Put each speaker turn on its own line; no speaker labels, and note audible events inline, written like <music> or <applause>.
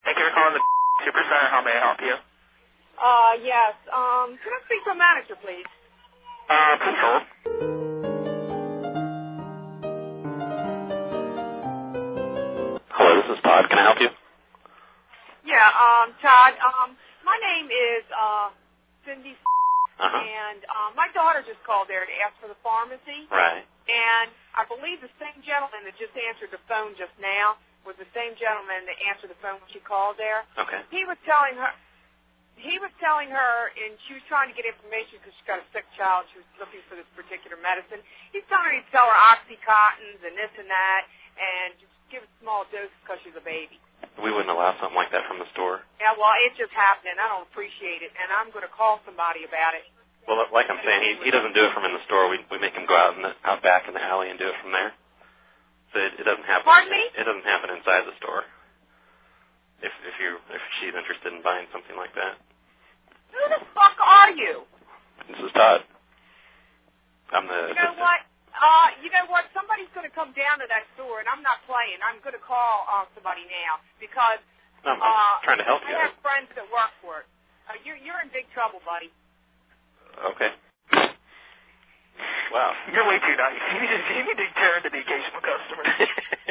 calling the Supercenter. How may I help you?
Uh, yes. Um, can I speak to a manager, please?
Uh, please hold. Hello, this is Todd. Can I help you?
Yeah, um, Todd. Um, my name is uh, Cindy,
Uh-huh.
and um, my daughter just called there to ask for the pharmacy,
Right.
and I believe the same gentleman that just answered the phone just now was the same gentleman that answered the phone when she called there.
Okay.
He was telling her. He was telling her, and she was trying to get information because she got a sick child. She was looking for this particular medicine. He's telling her he'd sell her oxycontins and this and that, and just give a small dose because she's a baby.
We wouldn't allow something like that from the store.
Yeah, well, it just happened, and I don't appreciate it, and I'm going to call somebody about it.
Well, like I'm saying, he, he doesn't do it from in the store. We we make him go out in the, out back in the alley and do it from there. So it, it doesn't happen.
Pardon me?
It doesn't happen inside the store. If if you if she's interested in buying something like that,
Who the fuck are you?
this is Todd. I'm the
You know
assistant.
what? Uh, you know what? Somebody's going to come down to that store, and I'm not playing. I'm going to call uh, somebody now because
No, I'm
uh,
trying to help you.
I have friends that work for it. Uh, you're you're in big trouble, buddy.
Okay. Wow.
<laughs> You're way too nice. You need to, you need to turn to the engagement customer.
<laughs>